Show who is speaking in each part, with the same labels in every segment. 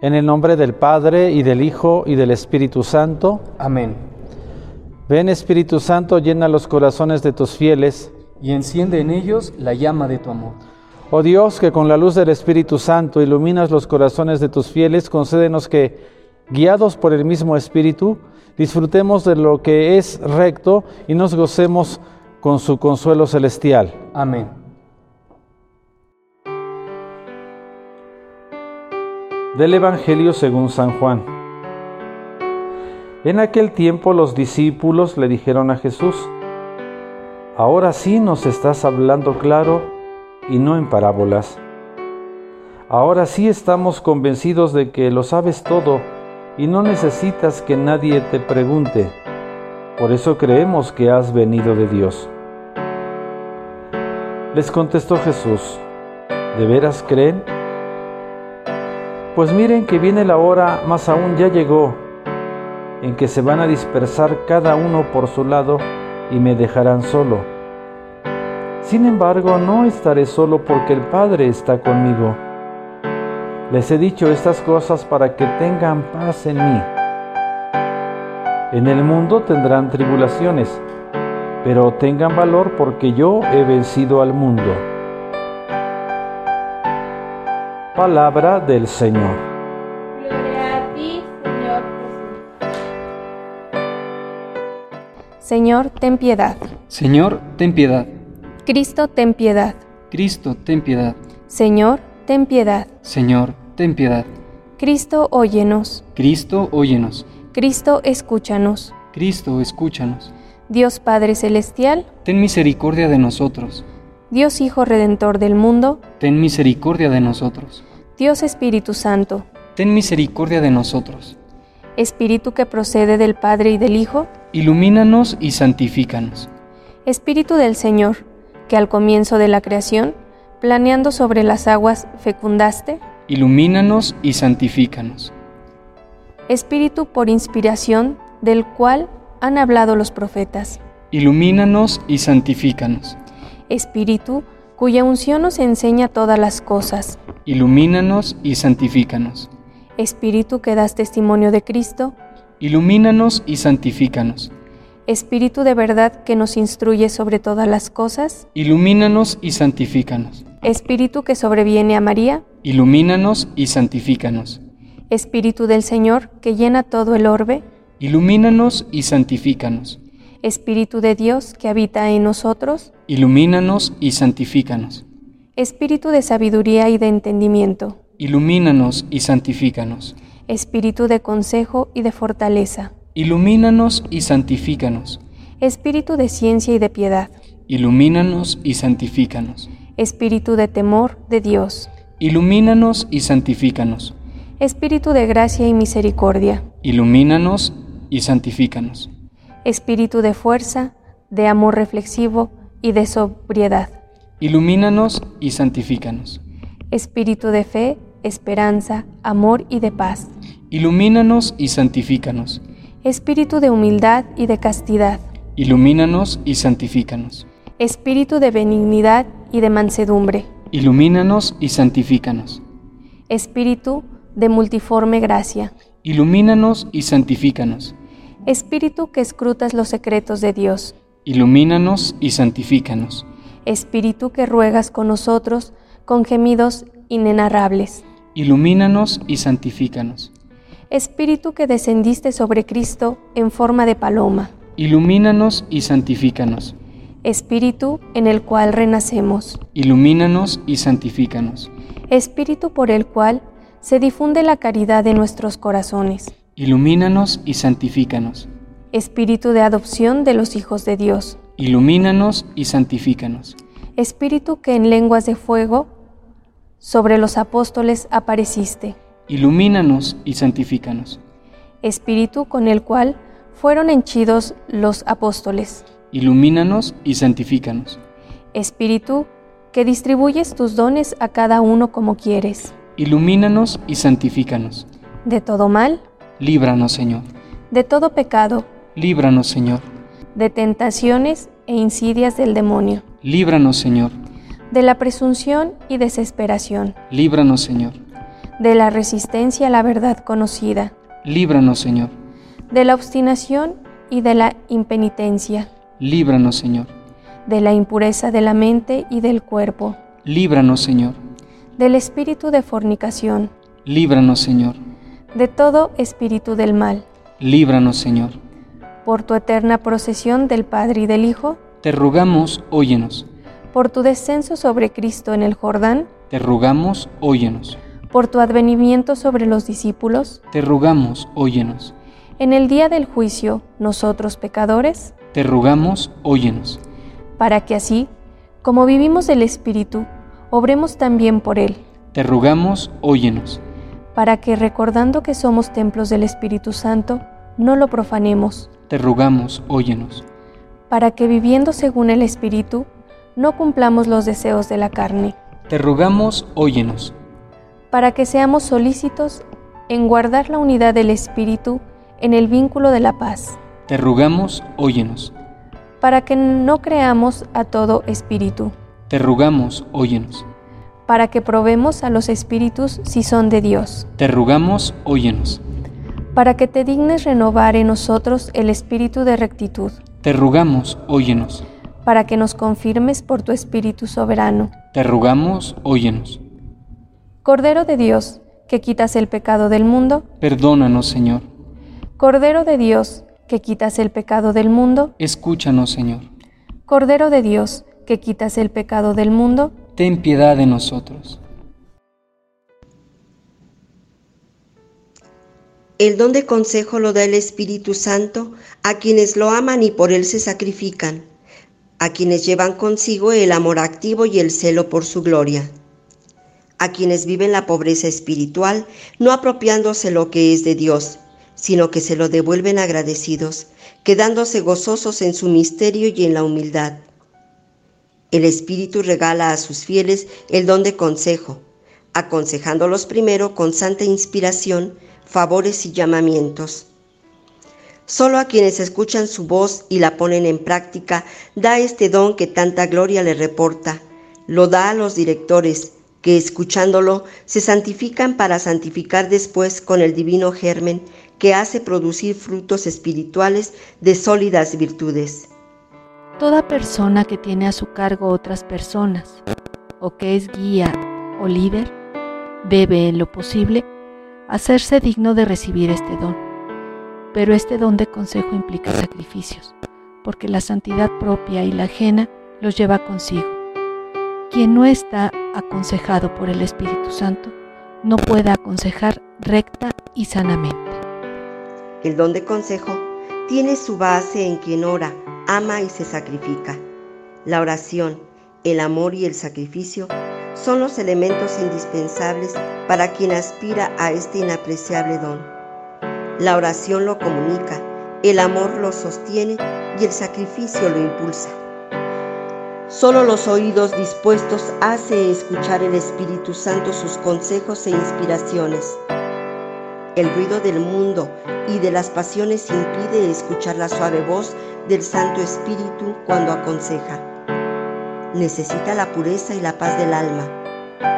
Speaker 1: En el nombre del Padre y del Hijo y del Espíritu Santo.
Speaker 2: Amén.
Speaker 1: Ven Espíritu Santo, llena los corazones de tus fieles.
Speaker 2: Y enciende en ellos la llama de tu amor.
Speaker 1: Oh Dios, que con la luz del Espíritu Santo iluminas los corazones de tus fieles, concédenos que, guiados por el mismo Espíritu, disfrutemos de lo que es recto y nos gocemos con su consuelo celestial.
Speaker 2: Amén.
Speaker 1: Del Evangelio según San Juan. En aquel tiempo los discípulos le dijeron a Jesús, Ahora sí nos estás hablando claro y no en parábolas. Ahora sí estamos convencidos de que lo sabes todo y no necesitas que nadie te pregunte. Por eso creemos que has venido de Dios. Les contestó Jesús, ¿de veras creen? Pues miren que viene la hora, más aún ya llegó, en que se van a dispersar cada uno por su lado y me dejarán solo. Sin embargo, no estaré solo porque el Padre está conmigo. Les he dicho estas cosas para que tengan paz en mí. En el mundo tendrán tribulaciones, pero tengan valor porque yo he vencido al mundo. Palabra del Señor.
Speaker 3: Gloria a ti, Señor Jesús.
Speaker 4: Señor, ten piedad.
Speaker 2: Señor, ten piedad.
Speaker 4: Cristo, ten piedad.
Speaker 2: Cristo, ten piedad.
Speaker 4: Señor, ten piedad.
Speaker 2: Señor, ten piedad.
Speaker 4: Cristo, óyenos.
Speaker 2: Cristo, óyenos.
Speaker 4: Cristo, escúchanos.
Speaker 2: Cristo, escúchanos.
Speaker 4: Dios Padre Celestial,
Speaker 2: Ten misericordia de nosotros.
Speaker 4: Dios Hijo Redentor del mundo,
Speaker 2: Ten misericordia de nosotros.
Speaker 4: Dios Espíritu Santo,
Speaker 2: Ten misericordia de nosotros.
Speaker 4: Espíritu que procede del Padre y del Hijo,
Speaker 2: Ilumínanos y santifícanos.
Speaker 4: Espíritu del Señor, que al comienzo de la creación, planeando sobre las aguas, fecundaste,
Speaker 2: Ilumínanos y santifícanos.
Speaker 4: Espíritu por inspiración del cual han hablado los profetas,
Speaker 2: Ilumínanos y santifícanos.
Speaker 4: Espíritu cuya unción nos enseña todas las cosas,
Speaker 2: Ilumínanos y santifícanos.
Speaker 4: Espíritu que das testimonio de Cristo,
Speaker 2: Ilumínanos y santifícanos.
Speaker 4: Espíritu de verdad que nos instruye sobre todas las cosas,
Speaker 2: Ilumínanos y santifícanos.
Speaker 4: Espíritu que sobreviene a María,
Speaker 2: Ilumínanos y santifícanos.
Speaker 4: Espíritu del Señor que llena todo el orbe,
Speaker 2: Ilumínanos y santifícanos.
Speaker 4: Espíritu de Dios que habita en nosotros,
Speaker 2: Ilumínanos y santifícanos.
Speaker 4: Espíritu de sabiduría y de entendimiento,
Speaker 2: Ilumínanos y santifícanos.
Speaker 4: Espíritu de consejo y de fortaleza,
Speaker 2: Ilumínanos y santifícanos.
Speaker 4: Espíritu de ciencia y de piedad,
Speaker 2: Ilumínanos y santifícanos.
Speaker 4: Espíritu de temor de Dios,
Speaker 2: Ilumínanos y santifícanos.
Speaker 4: Espíritu de gracia y misericordia,
Speaker 2: Ilumínanos y santifícanos.
Speaker 4: Espíritu de fuerza, de amor reflexivo y de sobriedad,
Speaker 2: Ilumínanos y santifícanos.
Speaker 4: Espíritu de fe, esperanza, amor y de paz,
Speaker 2: Ilumínanos y santifícanos.
Speaker 4: Espíritu de humildad y de castidad,
Speaker 2: Ilumínanos y santifícanos.
Speaker 4: Espíritu de benignidad y de mansedumbre,
Speaker 2: Ilumínanos y santifícanos.
Speaker 4: Espíritu de multiforme gracia,
Speaker 2: Ilumínanos y santifícanos.
Speaker 4: Espíritu que escrutas los secretos de Dios,
Speaker 2: Ilumínanos y santifícanos.
Speaker 4: Espíritu que ruegas con nosotros con gemidos inenarrables,
Speaker 2: Ilumínanos y santifícanos.
Speaker 4: Espíritu que descendiste sobre Cristo en forma de paloma,
Speaker 2: Ilumínanos y santifícanos.
Speaker 4: Espíritu en el cual renacemos,
Speaker 2: Ilumínanos y santifícanos.
Speaker 4: Espíritu por el cual se difunde la caridad de nuestros corazones,
Speaker 2: Ilumínanos y santifícanos.
Speaker 4: Espíritu de adopción de los hijos de Dios,
Speaker 2: Ilumínanos y santifícanos.
Speaker 4: Espíritu que en lenguas de fuego sobre los apóstoles apareciste,
Speaker 2: Ilumínanos y santifícanos.
Speaker 4: Espíritu con el cual fueron henchidos los apóstoles,
Speaker 2: Ilumínanos y santifícanos.
Speaker 4: Espíritu que distribuyes tus dones a cada uno como quieres,
Speaker 2: Ilumínanos y santifícanos.
Speaker 4: de todo mal,
Speaker 2: Líbranos, Señor.
Speaker 4: de todo pecado,
Speaker 2: Líbranos, Señor.
Speaker 4: de tentaciones e insidias del demonio,
Speaker 2: Líbranos, Señor.
Speaker 4: de la presunción y desesperación,
Speaker 2: Líbranos, Señor.
Speaker 4: de la resistencia a la verdad conocida,
Speaker 2: líbranos, Señor,
Speaker 4: de la obstinación y de la impenitencia,
Speaker 2: líbranos, Señor,
Speaker 4: de la impureza de la mente y del cuerpo,
Speaker 2: líbranos, Señor,
Speaker 4: del espíritu de fornicación,
Speaker 2: líbranos, Señor,
Speaker 4: de todo espíritu del mal,
Speaker 2: líbranos, Señor.
Speaker 4: por tu eterna procesión del Padre y del Hijo,
Speaker 2: Te rogamos, óyenos,
Speaker 4: por tu descenso sobre Cristo en el Jordán,
Speaker 2: te rogamos, óyenos,
Speaker 4: por tu advenimiento sobre los discípulos,
Speaker 2: te rogamos, óyenos,
Speaker 4: en el día del juicio, nosotros pecadores,
Speaker 2: te rogamos, óyenos,
Speaker 4: para que así, como vivimos del Espíritu, obremos también por Él,
Speaker 2: te rogamos, óyenos,
Speaker 4: para que recordando que somos templos del Espíritu Santo, no lo profanemos,
Speaker 2: te rogamos, óyenos,
Speaker 4: para que viviendo según el Espíritu, no cumplamos los deseos de la carne,
Speaker 2: te rogamos, óyenos,
Speaker 4: para que seamos solícitos en guardar la unidad del Espíritu en el vínculo de la paz,
Speaker 2: te rogamos, óyenos,
Speaker 4: para que no creamos a todo espíritu,
Speaker 2: te rogamos, óyenos,
Speaker 4: para que probemos a los espíritus si son de Dios.
Speaker 2: te rogamos, óyenos,
Speaker 4: para que te dignes renovar en nosotros el espíritu de rectitud,
Speaker 2: te rogamos, óyenos,
Speaker 4: para que nos confirmes por tu espíritu soberano.
Speaker 2: te rogamos, óyenos,
Speaker 4: Cordero de Dios, que quitas el pecado del mundo,
Speaker 2: perdónanos, Señor,
Speaker 4: Cordero de Dios, que quitas el pecado del mundo,
Speaker 2: escúchanos, Señor,
Speaker 4: Cordero de Dios, que quitas el pecado del mundo,
Speaker 2: ten piedad de nosotros,
Speaker 5: El don de consejo lo da el Espíritu Santo a quienes lo aman y por él se sacrifican, a quienes llevan consigo el amor activo y el celo por su gloria, a quienes viven la pobreza espiritual, no apropiándose lo que es de Dios, sino que se lo devuelven agradecidos, quedándose gozosos en su misterio y en la humildad. El Espíritu regala a sus fieles el don de consejo, aconsejándolos primero con santa inspiración, favores y llamamientos. Solo a quienes escuchan su voz y la ponen en práctica da este don que tanta gloria le reporta. Lo da a los directores, que escuchándolo se santifican para santificar después con el divino germen que hace producir frutos espirituales de sólidas virtudes.
Speaker 6: Toda persona que tiene a su cargo otras personas o que es guía o líder debe, en lo posible, hacerse digno de recibir este don. Pero este don de consejo implica sacrificios, porque la santidad propia y la ajena los lleva consigo. Quien no está aconsejado por el Espíritu Santo no puede aconsejar recta y sanamente.
Speaker 5: El don de consejo tiene su base en quien ora, ama y se sacrifica. La oración, el amor y el sacrificio son los elementos indispensables para quien aspira a este inapreciable don. La oración lo comunica, el amor lo sostiene y el sacrificio lo impulsa. Solo los oídos dispuestos hace escuchar el Espíritu Santo sus consejos e inspiraciones. El ruido del mundo y de las pasiones impide escuchar la suave voz del Santo Espíritu cuando aconseja. Necesita la pureza y la paz del alma.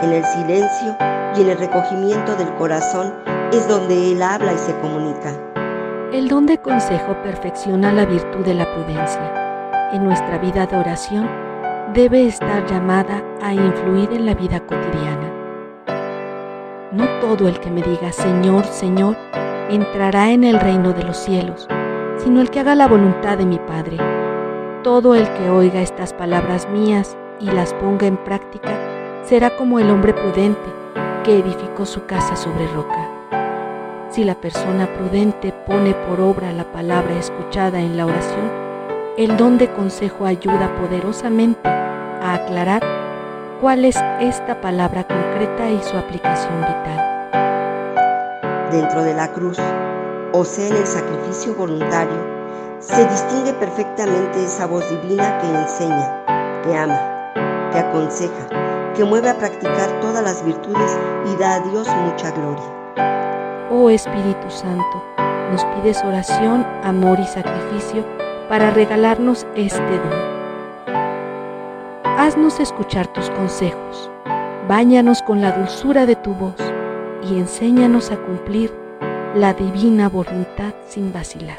Speaker 5: En el silencio y en el recogimiento del corazón es donde Él habla y se comunica.
Speaker 6: El don de consejo perfecciona la virtud de la prudencia. En nuestra vida de oración debe estar llamada a influir en la vida cotidiana. No todo el que me diga Señor, Señor, entrará en el reino de los cielos, sino el que haga la voluntad de mi Padre. Todo el que oiga estas palabras mías y las ponga en práctica será como el hombre prudente que edificó su casa sobre roca. Si la persona prudente pone por obra la palabra escuchada en la oración, el don de consejo ayuda poderosamente a aclarar cuál es esta palabra concreta y su aplicación vital.
Speaker 5: dentro de la cruz, o sea, en el sacrificio voluntario, se distingue perfectamente esa voz divina que enseña, que ama, que aconseja, que mueve a practicar todas las virtudes y da a Dios mucha gloria.
Speaker 6: Oh Espíritu Santo, nos pides oración, amor y sacrificio para regalarnos este don. Haznos escuchar tus consejos. Báñanos con la dulzura de tu voz. y enséñanos a cumplir la divina voluntad sin vacilar.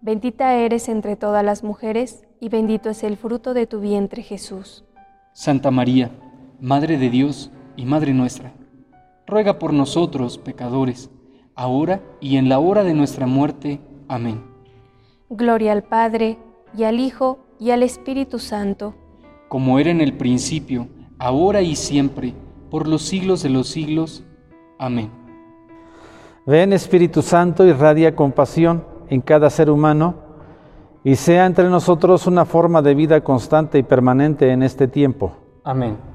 Speaker 4: Bendita eres entre todas las mujeres, y bendito es el fruto de tu vientre Jesús.
Speaker 2: Santa María, Madre de Dios y Madre nuestra, ruega por nosotros pecadores, ahora y en la hora de nuestra muerte. Amén.
Speaker 4: Gloria al Padre, y al Hijo, y al Espíritu Santo,
Speaker 2: Como era en el principio, ahora y siempre, por los siglos de los siglos. Amén.
Speaker 1: Ven Espíritu Santo, irradia compasión en cada ser humano y sea entre nosotros una forma de vida constante y permanente en este tiempo.
Speaker 2: Amén.